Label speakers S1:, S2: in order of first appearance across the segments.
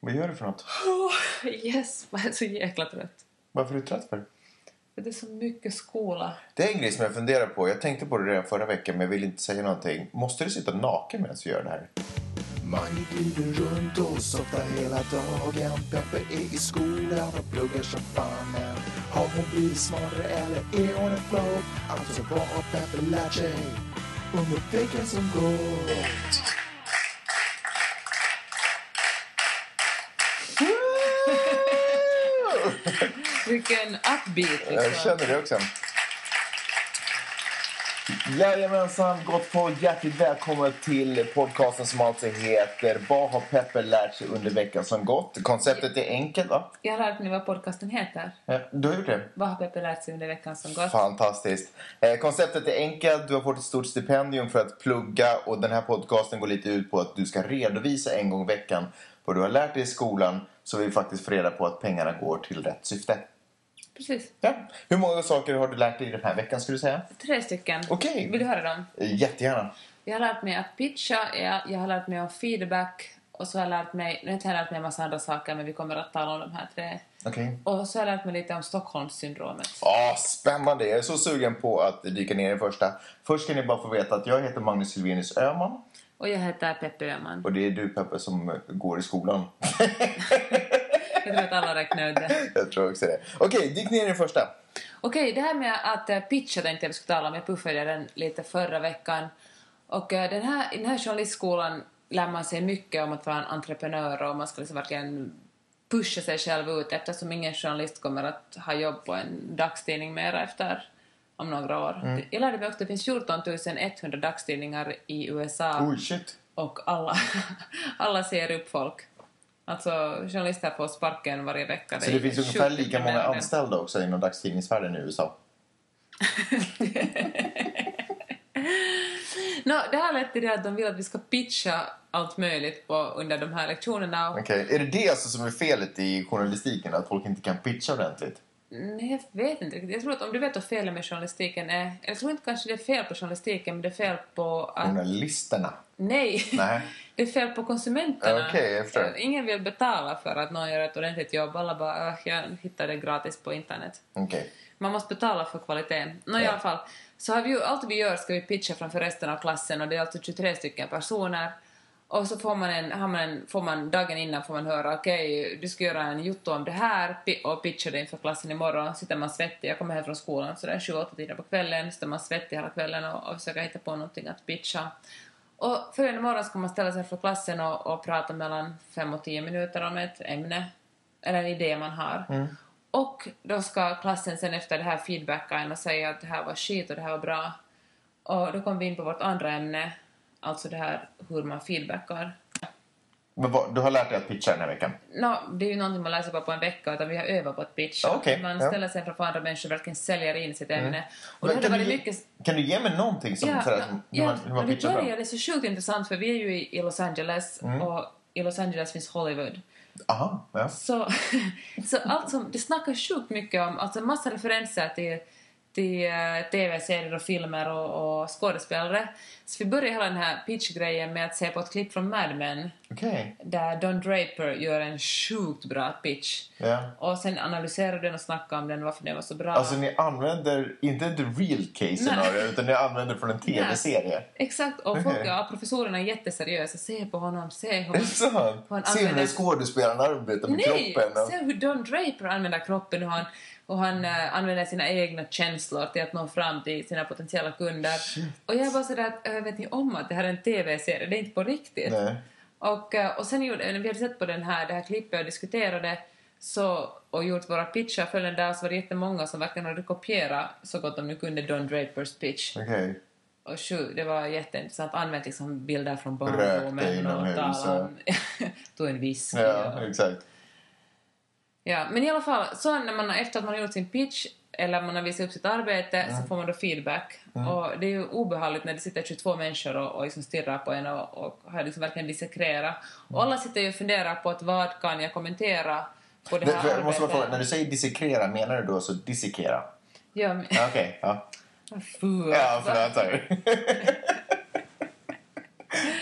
S1: Vad gör du för något?
S2: Oh, yes, jag är så jäkla trött.
S1: Varför är du trött för?
S2: För det är så mycket skola.
S1: Det är en grej som jag funderar på. Jag tänkte på det redan förra veckan men jag ville inte säga någonting. Måste du sitta naken medan du gör det här?
S3: Man glider runt och softar hela dagen Peppe är i skolan och pluggar som fan men Har hon blivit smartare eller är hon en flow? Alltså vad har Peppe lärt sig under veckan som går?
S2: Vilken upbeat
S1: Jag
S2: liksom.
S1: känner det också. Jajamensan, gott folk. Hjärtligt välkommen till podcasten som alltså heter Vad har Pepper lärt sig under veckan som gått? Konceptet är enkelt va?
S2: Jag har lärt mig vad podcasten heter.
S1: Eh, Du har gjort det?
S2: Vad har Peppe lärt sig under veckan som gått?
S1: Fantastiskt. Eh, konceptet är enkelt. Du har fått ett stort stipendium för att plugga och den här podcasten går lite ut på att du ska redovisa en gång i veckan vad du har lärt dig i skolan så vi faktiskt får reda på att pengarna går till rätt syfte.
S2: Precis.
S1: Ja. Hur många saker har du lärt dig den här veckan skulle du säga?
S2: Tre stycken.
S1: Okej.
S2: Vill du höra dem?
S1: Eh, Jättegärna.
S2: Jag har lärt mig att pitcha, jag, jag har lärt mig om feedback och så har jag lärt mig, nu har jag inte lärt mig en massa andra saker men vi kommer att tala om de här tre.
S1: Okej.
S2: Och så har jag lärt mig lite om Stockholmssyndromet.
S1: Ah, spännande! Jag är så sugen på att dyka ner i första. Först ska ni bara få veta att jag heter Magnus Silvenius Öhman
S2: Och jag heter Peppe Öhman.
S1: och det är du Peppe som eh, går i skolan.
S2: Jag tror att alla räknar ut det.
S1: jag tror också det. Okej, dyk ner i den första.
S2: Okej, det här med att eh, pitcha tänkte jag vi skulle tala om. Jag puffade den lite förra veckan. Och eh, den här, i den här journalistskolan lär man sig mycket om att vara en entreprenör och man ska liksom verkligen pusha sig själv ut eftersom ingen journalist kommer att ha jobb på en dagstidning mer efter om några år.
S1: Mm.
S2: Jag lärde mig också att det finns 14 100 dagstidningar i USA
S1: Oj, shit.
S2: och alla, alla ser upp folk. Alltså journalister får sparken varje vecka.
S1: Så det
S2: är
S1: finns ungefär
S2: sjukt
S1: lika
S2: mycket
S1: många
S2: mer än-
S1: anställda också inom dagstidningsvärlden i USA.
S2: No, det här lett till det att de vill att vi ska pitcha allt möjligt på, under de här lektionerna. Och,
S1: Okej, är det det alltså som är felet i journalistiken? Att folk inte kan pitcha ordentligt?
S2: nej, Mm, jag vet inte riktigt. Jag tror att om du vet vad felet med journalistiken är... Jag tror inte kanske det är fel på journalistiken, men det är fel på... Att,
S1: Journalisterna?
S2: nej!
S1: Mm. Nej.
S2: Det är fel på konsumenterna.
S1: Okej, jag förstår.
S2: Ingen vill betala för att någon gör ett ordentligt jobb. Alla bara "Ah, jag hittar det gratis på internet.
S1: Okej.
S2: Man måste betala för kvaliteten. Nå, i
S1: Ja.
S2: alla fall. Så har vi ju, allt vi gör ska vi pitcha framför resten av klassen och det är alltså 23 stycken personer. Och så får man, en, har man, en, får man dagen innan får man höra okej, du ska göra en jotto om det här pi- och pitcha det inför klassen imorgon. Sitter man svettig, jag kommer hem från skolan så det är 7-8 tiden på kvällen, sitter man svettig hela kvällen och, och försöker hitta på någonting att pitcha. Och följande morgon ska man ställa sig för klassen och, och prata mellan 5 och 10 minuter om ett ämne eller en idé man har.
S1: Mm.
S2: Och då ska klassen sen efter det här feedbacka en och säga att det här var skit och det här var bra. Och då kom vi in på vårt andra ämne, alltså det här hur man feedbackar.
S1: Men vad, du har lärt dig att pitcha den här veckan?
S2: Nå, det är ju någonting man läser bara på en vecka utan vi har övat på att pitcha.
S1: Okej,
S2: man
S1: ja. Mm.
S2: ställer sig framför andra människor och verkligen säljer in sitt ämne. Och det
S1: Men
S2: hade
S1: kan, du
S2: varit
S1: ge,
S2: mycket...
S1: kan du ge mig någonting som, sådär, som, hur, man, hur man
S2: men det
S1: pitchar Mm. fram?
S2: började så sjukt intressant för vi är ju i, i Los Angeles och i Los Angeles finns Hollywood.
S1: Aha, ja.
S2: Så, så allt som, det snackas sjukt mycket om, alltså en massa referenser till, till eh, tv-serier och filmer och, och skådespelare. Så vi började hela den här pitch-grejen med att se på ett klipp från Mad Men
S1: Okej.
S2: där Don Draper gör en sjukt bra pitch.
S1: Ja.
S2: Och sen analyserar den och snackar om den och varför den var så bra.
S1: Alltså ni använder, inte ett real case scenario, utan ni använder från en tv-serie.
S2: Exakt, och folk,
S1: Okej.
S2: ja, professorerna är jätteseriösa. Se på honom, se hur
S1: Är det
S2: han-
S1: sant?
S2: hur han
S1: Ser du hur
S2: använder-
S1: skådespelaren arbetar med
S2: Nej,
S1: kroppen?
S2: se hur Don Draper använder kroppen och han, och han eh, använder sina egna känslor till att nå fram till sina potentiella kunder. Och jag är bara sådär att, eh, vet ni om att det här är en TV-serie, det är inte på riktigt.
S1: Nej.
S2: Och, eh, och sen gjorde, när vi hade sett på den här, det här klippet och diskuterade så, och gjort våra pitchar följande dag så var det jättemånga som verkligen hade kopierat så gott de nu kunde Don Drapers pitch.
S1: Okej.
S2: Och sju, det var jätteintressant. Använt liksom bilder från
S1: Rökte
S2: barndomen och
S1: inomhus,
S2: talade om... Tog en whisky och-
S1: Ja, exakt.
S2: Ja, men i alla fall, så när man, har- efter att man har gjort sin pitch eller man har visat upp sitt arbete så får man då feedback. Och det är ju obehagligt när det sitter 22 människor och, och liksom stirrar på en och, och har liksom verkligen dissekrerat. Och alla sitter ju och funderar på att vad kan jag kommentera på det
S1: Men,
S2: här
S1: för jag måste bara fråga, när
S2: arbetet?
S1: du säger dissekera, menar du då så dissekera? Ah,
S2: Ja, men,
S1: Ja, Okej, ja.
S2: Fy,
S1: Ja,
S2: alltså.
S1: förlåt. sorry.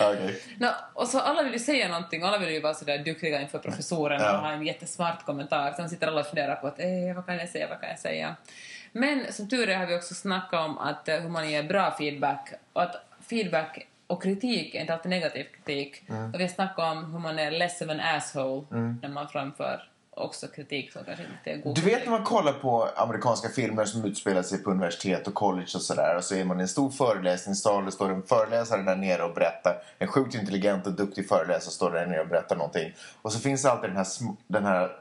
S1: Ah, Okej.
S2: Nå, och så alla vill ju säga någonting, alla vill ju vara sådär duktiga inför professorerna
S1: Ja.
S2: och ha en jättesmart kommentar. Sen sitter alla och funderar på att eh, vad kan jag säga, vad kan jag säga? Men som tur är har vi också snackat om att eh, hur man ger bra feedback och att feedback och kritik är inte alltid negativ kritik.
S1: Mm.
S2: Och vi har snackat om hur man är less of an asshole när man framför också kritik som kanske inte är god.
S1: Du vet när man kollar på amerikanska filmer som utspelar sig på universitet och college och sådär och så är man i en stor föreläsningssal och det står en föreläsare där nere och berättar. En sjukt intelligent och duktig föreläsare står där nere och berättar någonting. Och så finns alltid den här, sm- den här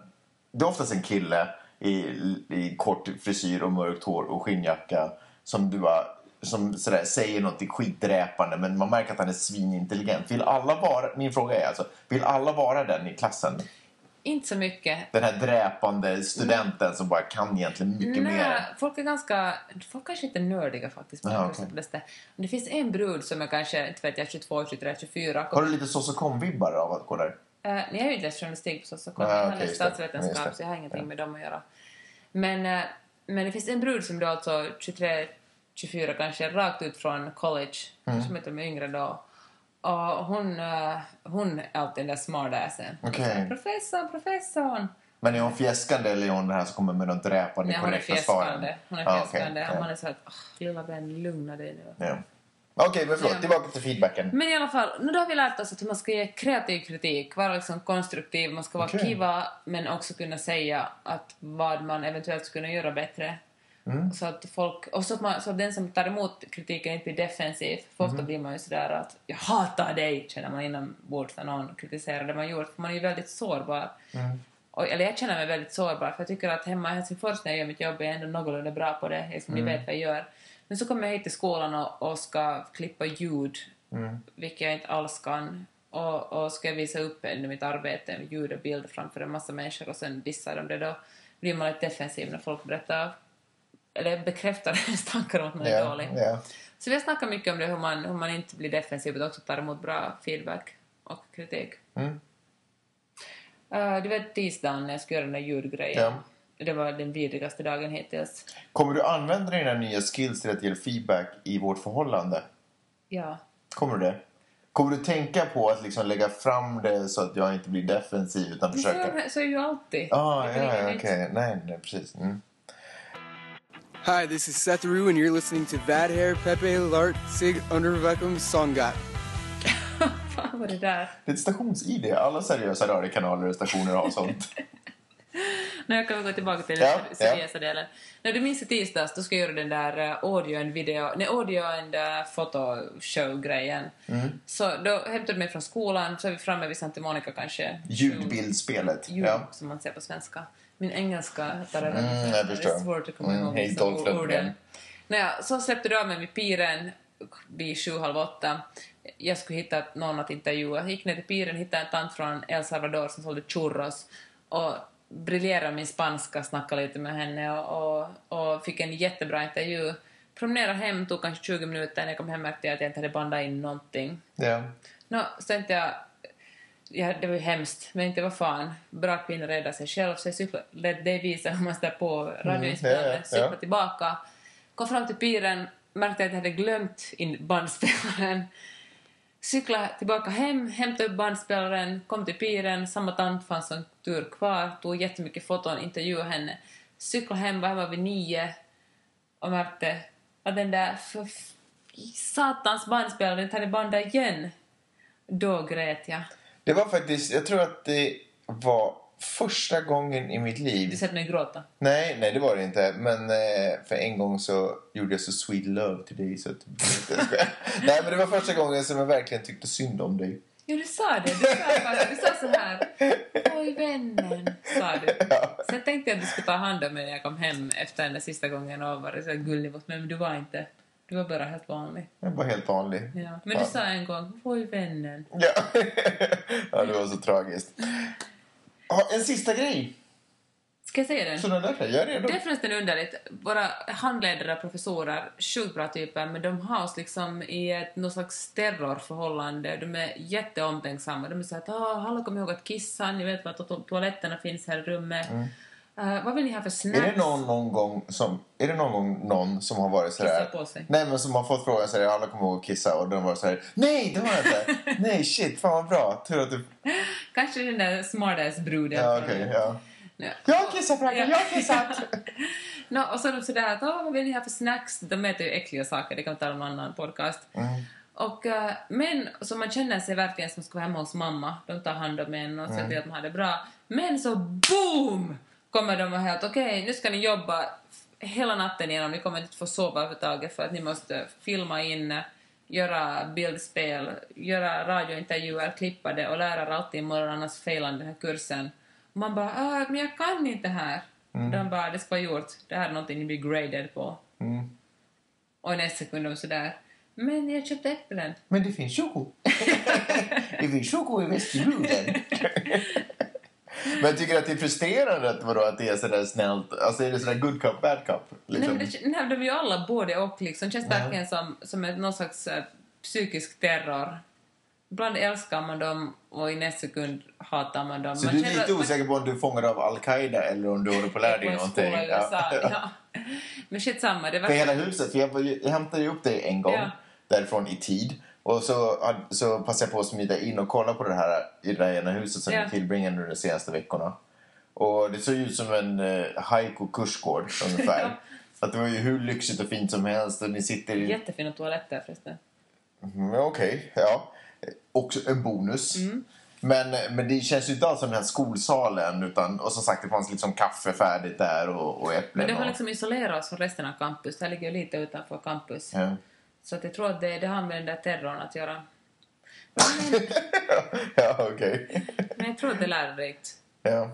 S1: det är oftast en kille i, i kort frisyr och mörkt hår och skinnjacka som du bara som sådär, säger något skitdräpande men man märker att han är svinintelligent. Vill alla vara, min fråga är alltså, vill alla vara den i klassen?
S2: Inte så mycket.
S1: Den här dräpande studenten som bara kan egentligen mycket mer.
S2: folk är ganska... Folk kanske inte är nördiga faktiskt. men
S1: Jaha,
S2: kanske
S1: okej.
S2: på det stället. Men det finns en brud som är kanske, inte vet jag, 22, 23, 24.
S1: Har du lite socokom-vibbar av att gå där?
S2: Eh, nej, jag har ju inte läst journalistik på Stockholm.
S1: Ah,
S2: jag har
S1: okej,
S2: läst
S1: just det. Just det.
S2: statsvetenskap så jag har ingenting med dem att göra. Men, eh, men det finns en brud som då alltså 23, 24 kanske, rakt ut från college,
S1: Mm.
S2: som heter de är yngre då. Och hon, eh, hon är alltid den där smartassen.
S1: Okej.
S2: Professorn, professorn!
S1: Men är hon fjäskande eller är hon den här som kommer med de dräpande
S2: Nej, hon är
S1: korrekta svaren?
S2: fjäskande. Hon är
S1: Ja,
S2: fjäskande.
S1: okej.
S2: Och man är så att, "Åh, lilla vän, lugna dig
S1: Ja.
S2: nu.
S1: Ja. Okej, men förlåt.
S2: Ja. Mm,
S1: Tillbaka till feedbacken.
S2: Men i alla fall, nu då har vi lärt oss att hur man ska ge kreativ kritik, vara liksom konstruktiv, man ska vara
S1: Okej.
S2: kiva men också kunna säga att vad man eventuellt skulle kunna göra bättre. Så att folk, och så att, man, så att den som tar emot kritiken inte blir defensiv, för ofta blir man ju sådär att jag hatar dig, känner man inombords när någon kritiserar det man gjort, för man är ju väldigt sårbar. Och, eller jag känner mig väldigt sårbar, för jag tycker att hemma i Helsingfors när jag gör mitt jobb är jag ändå någorlunda bra på det, liksom, ni vet vad jag gör. Men så kommer jag hit till skolan och, och ska klippa ljud,
S1: Mm.
S2: vilket jag inte alls kan. Och, och ska jag visa upp ändå mitt arbete, ljud och bild framför en massa människor och sen dissar de det, då blir man lite defensiv när folk berättar eller bekräftar ens tankar om att man är
S1: Ja,
S2: dålig.
S1: ja.
S2: Så vi har snackat mycket om det, hur man, hur man inte blir defensiv utan också tar emot bra feedback och kritik.
S1: Mm.
S2: Eh, du vet tisdagen när jag skulle göra den där ljudgrejen. Det var den vidrigaste dagen hittills.
S1: Kommer du använda dina nya skills till att ge feedback i vårt förhållande?
S2: Ja.
S1: Kommer du det? Kommer du tänka på att liksom lägga fram det så att jag inte blir defensiv utan försöker...
S2: Så, så är ju alltid.
S1: Ah,
S2: Det
S1: ja,
S2: blir
S1: ja,
S2: inget
S1: okej.
S2: nytt.
S1: Nej, nej, precis. Mm.
S4: Hi, this is Sethru, and you're listening to Vadhair Pepe Lart Sig Undervecum Songat.
S2: Fan vad det där.
S1: Det är ett stations-id. Alla seriösa radiokanaler och stationer har sånt.
S2: Nu jag kan vi gå tillbaka till
S1: Ja,
S2: den seriösa delen. När du minns i tisdags, då ska jag göra den där eh, audio and video, nej audio and uh, fotoshow-grejen.
S1: Mm.
S2: Så då hämtade du mig från skolan, så är vi framme vid Santa Monica kanske.
S1: Ljudbildspelet.
S2: Ljud,
S1: Ja.
S2: som man säger på svenska. Min engelska tar över.
S1: Mm, jag
S2: det
S1: förstår.
S2: är svårt att komma
S1: Mm,
S2: ihåg
S1: helt
S2: vissa
S1: och hållet
S2: orden.
S1: problem.
S2: Nåja, så släppte du av mig vid piren vid sju, halv åtta. Jag skulle hitta någon att intervjua. Jag gick ner till piren hittade en tant från El Salvador som sålde churros och briljerade min spanska, snackade lite med henne och, och, och fick en jättebra intervju. Promenerade hem, tog kanske 20 minuter. När jag kom hem märkte jag att jag inte hade bandat in någonting.
S1: Ja.
S2: Nå, så tänkte jag, ja, det var ju hemskt, men inte vad fan, bra kvinna räddar sig själv, så jag cykla- lät dig visa hur man står på radioinspelaren,
S1: Mm, ja, ja,
S2: cykla
S1: ja.
S2: tillbaka, kom fram till piren, märkte att jag hade glömt in bandspelaren, cykla tillbaka hem, hämta upp bandspelaren, kom till piren, samma tant fanns som tur kvar, tog jättemycket foton, intervjuade henne, cykla hem, var hemma vid nio, och märkte att den där för satans bandspelaren hade bandat igen. Då grät jag.
S1: Det var faktiskt... Jag tror att det var första gången i mitt liv
S2: Du sett mig gråta.
S1: Nej, nej det var det inte. Men eh, för en gång så gjorde jag så sweet love till dig så att du inte ens skämt. Nej, men det var första gången som jag verkligen tyckte synd om dig.
S2: Jo, du sa det. Du sa, faktiskt- du sa så här. Oj, vännen, sa du. Sen tänkte jag att du skulle ta hand om mig när jag kom hem efter den där sista gången och vara så här gullig mot mig, men du var inte. Du var bara helt vanlig.
S1: Jag var helt vanlig.
S2: Ja. Men du sa en gång, oj vännen.
S1: Ja. ja, det var så tragiskt. Ja, en sista grej.
S2: Ska jag säga den?
S1: Så den där, jag är redo.
S2: Det är förresten underligt. Våra handledare och professorer, sjukt bra typer, men de har oss liksom i ett något slags terrorförhållande. De är jätteomtänksamma. De är såhär att "Åh, hallå kom ihåg att kissa, ni vet var to- toaletterna finns här i rummet. Eh, vad vill ni ha för snacks?
S1: Mm. Är det någon, någon gång som, är det någon gång någon som har varit sådär...
S2: Kissat på sig.
S1: Nej, men som har fått frågan sådär, alla kommer ihåg att kissa och den var såhär, nej det har jag inte. nej, shit, fan vad bra. Tur att du...
S2: Kanske den där smartass-bruden.
S1: Ja, okej, ja.
S2: Ja.
S1: Jag kissar Franka, jag har kissat!
S2: Nå, och så är de sådär att "Åh, vad vill ni ha för snacks? De äter ju äckliga saker, det kan vi tala om i en annan podcast.
S1: Mm.
S2: Och, eh, men så man känner sig verkligen som ska vara hemma hos mamma. De tar hand om en och ser
S1: Mm.
S2: till att man har det bra. Men så BOOM! Kommer de och helt okej, nu ska ni jobba f- hela natten igenom. Ni kommer inte få sova överhuvudtaget för att ni måste filma in, eh, göra bildspel, göra radiointervjuer, klippa det och lära er alltid imorgon annars failar ni den här kursen. Och man bara "Ah, men jag kan inte det här. De bara det ska vara gjort. Det här är någonting ni blir graded på. Och i nästa sekund är de sådär men jag köpte äpplen.
S1: Men det finns choko. det finns choko i västerbroden. men jag tycker att det är frustrerande att, vadå, att det är sådär snällt. Alltså är det sådär good cup, bad cup? Liksom.
S2: Nej, men det, nej, de är ju alla både och. Liksom. känns verkligen som, som ett, någon slags eh, psykisk terror. Ibland älskar man dem och i nästa sekund hatar man dem.
S1: Så
S2: man
S1: du är lite osäker på om du är fångad av Al-Qaida eller om du håller på att lära
S2: på
S1: dig
S2: en skola
S1: någonting?
S2: i USA. Ja. Men shit samma. Det var
S1: För hela huset, för jag, var ju- jag hämtade ju upp dig en gång
S2: Ja.
S1: därifrån i tid. Och så, så passade jag på att smita in och kolla på det här i det här ena huset som
S2: Ja.
S1: vi tillbringade under de senaste veckorna. Och det såg ju ut som en eh, haiku-kursgård ungefär. Att det var ju hur lyxigt och fint som helst och ni sitter i...
S2: jättefina toaletter förresten.
S1: Mm, Okej, ja. Också en bonus.
S2: Mm.
S1: Men, men det känns ju inte alls som den här skolsalen. Utan, och som sagt, det fanns liksom kaffe färdigt där och, och äpplen.
S2: Men det har
S1: och,
S2: liksom isolerat oss från resten av campus. Det här ligger ju lite utanför campus.
S1: ja.
S2: Så att jag tror att det, det har med den där terrorn att göra.
S1: ja, okej.
S2: Men jag tror att det är lärorikt.
S1: Ja.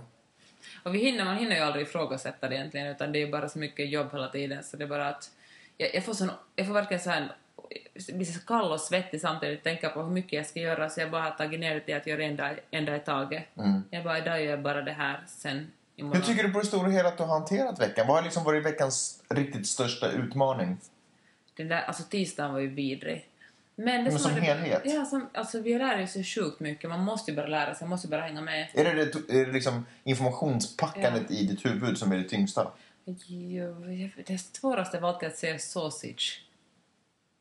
S2: Och vi hinner, man hinner ju aldrig ifrågasätta det egentligen, utan det är ju bara så mycket jobb hela tiden, så det är bara att... Jag, jag, får, sån, jag får verkligen så här, jag blir så kall och svettig samtidigt, tänka på hur mycket jag ska göra, så jag bara har tagit ner det till att göra en dag, en dag i taget.
S1: Mm.
S2: Jag bara, idag gör jag bara det här, sen
S1: Hur
S2: imorgon.
S1: tycker du på det stora hela att du har hanterat veckan? Vad har liksom varit veckans riktigt största utmaning?
S2: Den där, alltså tisdagen var ju vidrig. Men, det
S1: Men som
S2: var
S1: helhet?
S2: Ja, som, alltså vi lär ju så sjukt mycket, man måste ju bara lära sig, man måste ju bara hänga med.
S1: Är det, det, är det liksom informationspackandet i ditt huvud som är det tyngsta?
S2: Jo, jag- Det svåraste var alltid att säga sausage.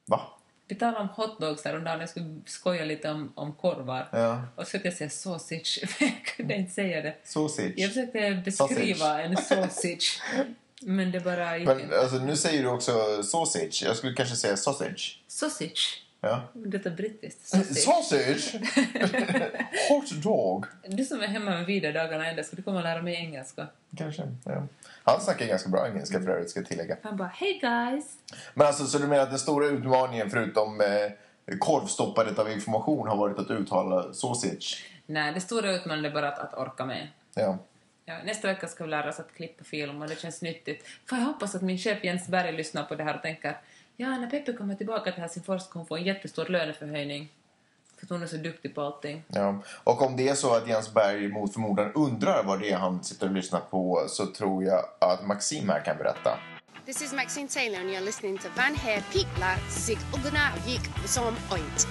S1: Va?
S2: Vi talade om hotdogs häromdagen, jag skulle skoja lite om, om korvar.
S1: Ja.
S2: Och så försökte jag säga sausage, men jag kunde inte säga det.
S1: Sausage?
S2: Jag försökte beskriva
S1: Sausage.
S2: en sausage, men det bara gick
S1: Men
S2: inte.
S1: alltså, nu säger du också sausage. Jag skulle kanske säga sausage.
S2: Sausage.
S1: Ja.
S2: Detta är brittiskt. Sausage.
S1: Sausage? Hot dog?
S2: Du som är hemma med vida dagarna ända, ska du komma och lära mig engelska?
S1: Kanske. Ja. Han snackar ganska bra engelska för övrigt, ska jag tillägga.
S2: Han bara, hey guys!
S1: Men alltså, så du menar att den stora utmaningen förutom eh, korvstoppandet av information har varit att uttala sausage?
S2: Nej, det stora utmaningen är bara att, att orka med.
S1: Ja.
S2: Ja, nästa vecka ska vi lära oss att klippa film och det känns nyttigt. För jag hoppas att min chef Jens Berg lyssnar på det här och tänker ja, när Peppe kommer tillbaka till Helsingfors kommer hon få en jättestor löneförhöjning. För att hon är så duktig på allting.
S1: Ja. Och om det är så att Jens Berg mot förmodan undrar vad det är han sitter och lyssnar på så tror jag att Maxim här kan berätta.
S5: This is Maxine Taylor and you're listening to Van Hair Pilar Sig Ugna Vik Som Oint.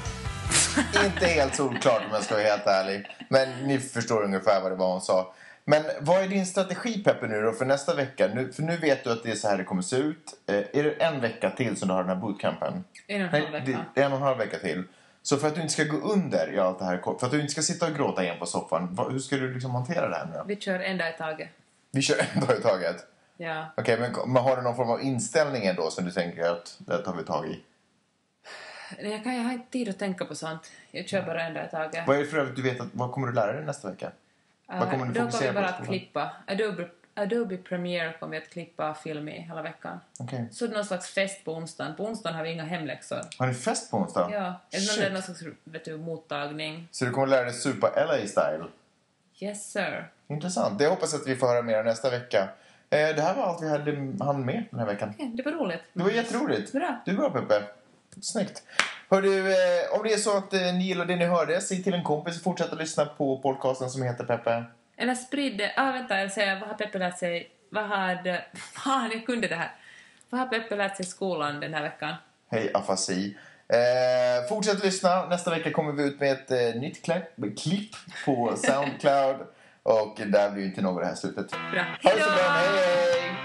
S1: Inte helt solklart om jag ska vara helt ärlig. Men ni förstår ungefär vad det var hon sa. Men vad är din strategi Peppe nu då för nästa vecka? Nu, för nu vet du att det är så här det kommer se ut. Eh, är det en vecka till som du har den här bootcampen?
S2: En och en halv
S1: Nej,
S2: vecka.
S1: det, det är en och en halv vecka till. Så för att du inte ska gå under i allt det här, för att du inte ska sitta och gråta igen på soffan, vad, hur ska du liksom hantera det här nu då?
S2: Vi kör en dag i taget.
S1: Vi kör en dag i taget.
S2: Ja.
S1: Okej, men, men har du någon form av inställning ändå som du tänker att det här tar vi tag i?
S2: Nej, Jag, kan, jag har inte tid att tänka på sånt. Jag kör bara en dag i taget.
S1: Vad är det för övrigt du vet att, vad kommer du lära dig nästa vecka? Vad kommer
S2: Eh,
S1: du
S2: Då kommer
S1: fokusera på
S2: vi
S1: i
S2: bara att
S1: skolan?
S2: klippa. Adobe, Adobe Premiere kommer vi att klippa film i hela veckan.
S1: Okej.
S2: Så det är någon slags fest på onsdagen. På onsdagen har vi inga hemläxor.
S1: Har ni fest på onsdag?
S2: Ja, eller om
S1: Shit.
S2: det är någon slags vet du, mottagning.
S1: Så du kommer lära dig supa LA-style?
S2: Yes sir.
S1: Intressant. Det hoppas jag att vi får höra mer om nästa vecka. Eh, Det här var allt vi hade hann med den här veckan.
S2: Ja, Det var roligt.
S1: Det var jätteroligt.
S2: Bra.
S1: Du är bra, Peppe. Snyggt. Hör du, eh, om det är så att eh, ni gillar det ni hörde, säg till en kompis och fortsätt att lyssna på podcasten som heter Peppe.
S2: Eller sprid det. Ah, vänta, jag säger, vad har Peppe lärt sig? Vad hade... Fan, jag kunde det här. Vad har Peppe lärt sig i skolan den här veckan?
S1: Hej afasi. Eh, fortsätt lyssna. Nästa vecka kommer vi ut med ett eh, nytt klipp, klipp på Soundcloud. Och där blir ju inte något det här slutet.
S2: Bra.
S1: Ha det så bra, hej hej!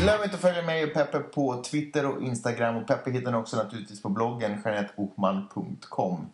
S1: Glöm inte att följa mig och Peppe på Twitter och Instagram. Och Peppe hittar ni också naturligtvis på bloggen jeanetteohman.com.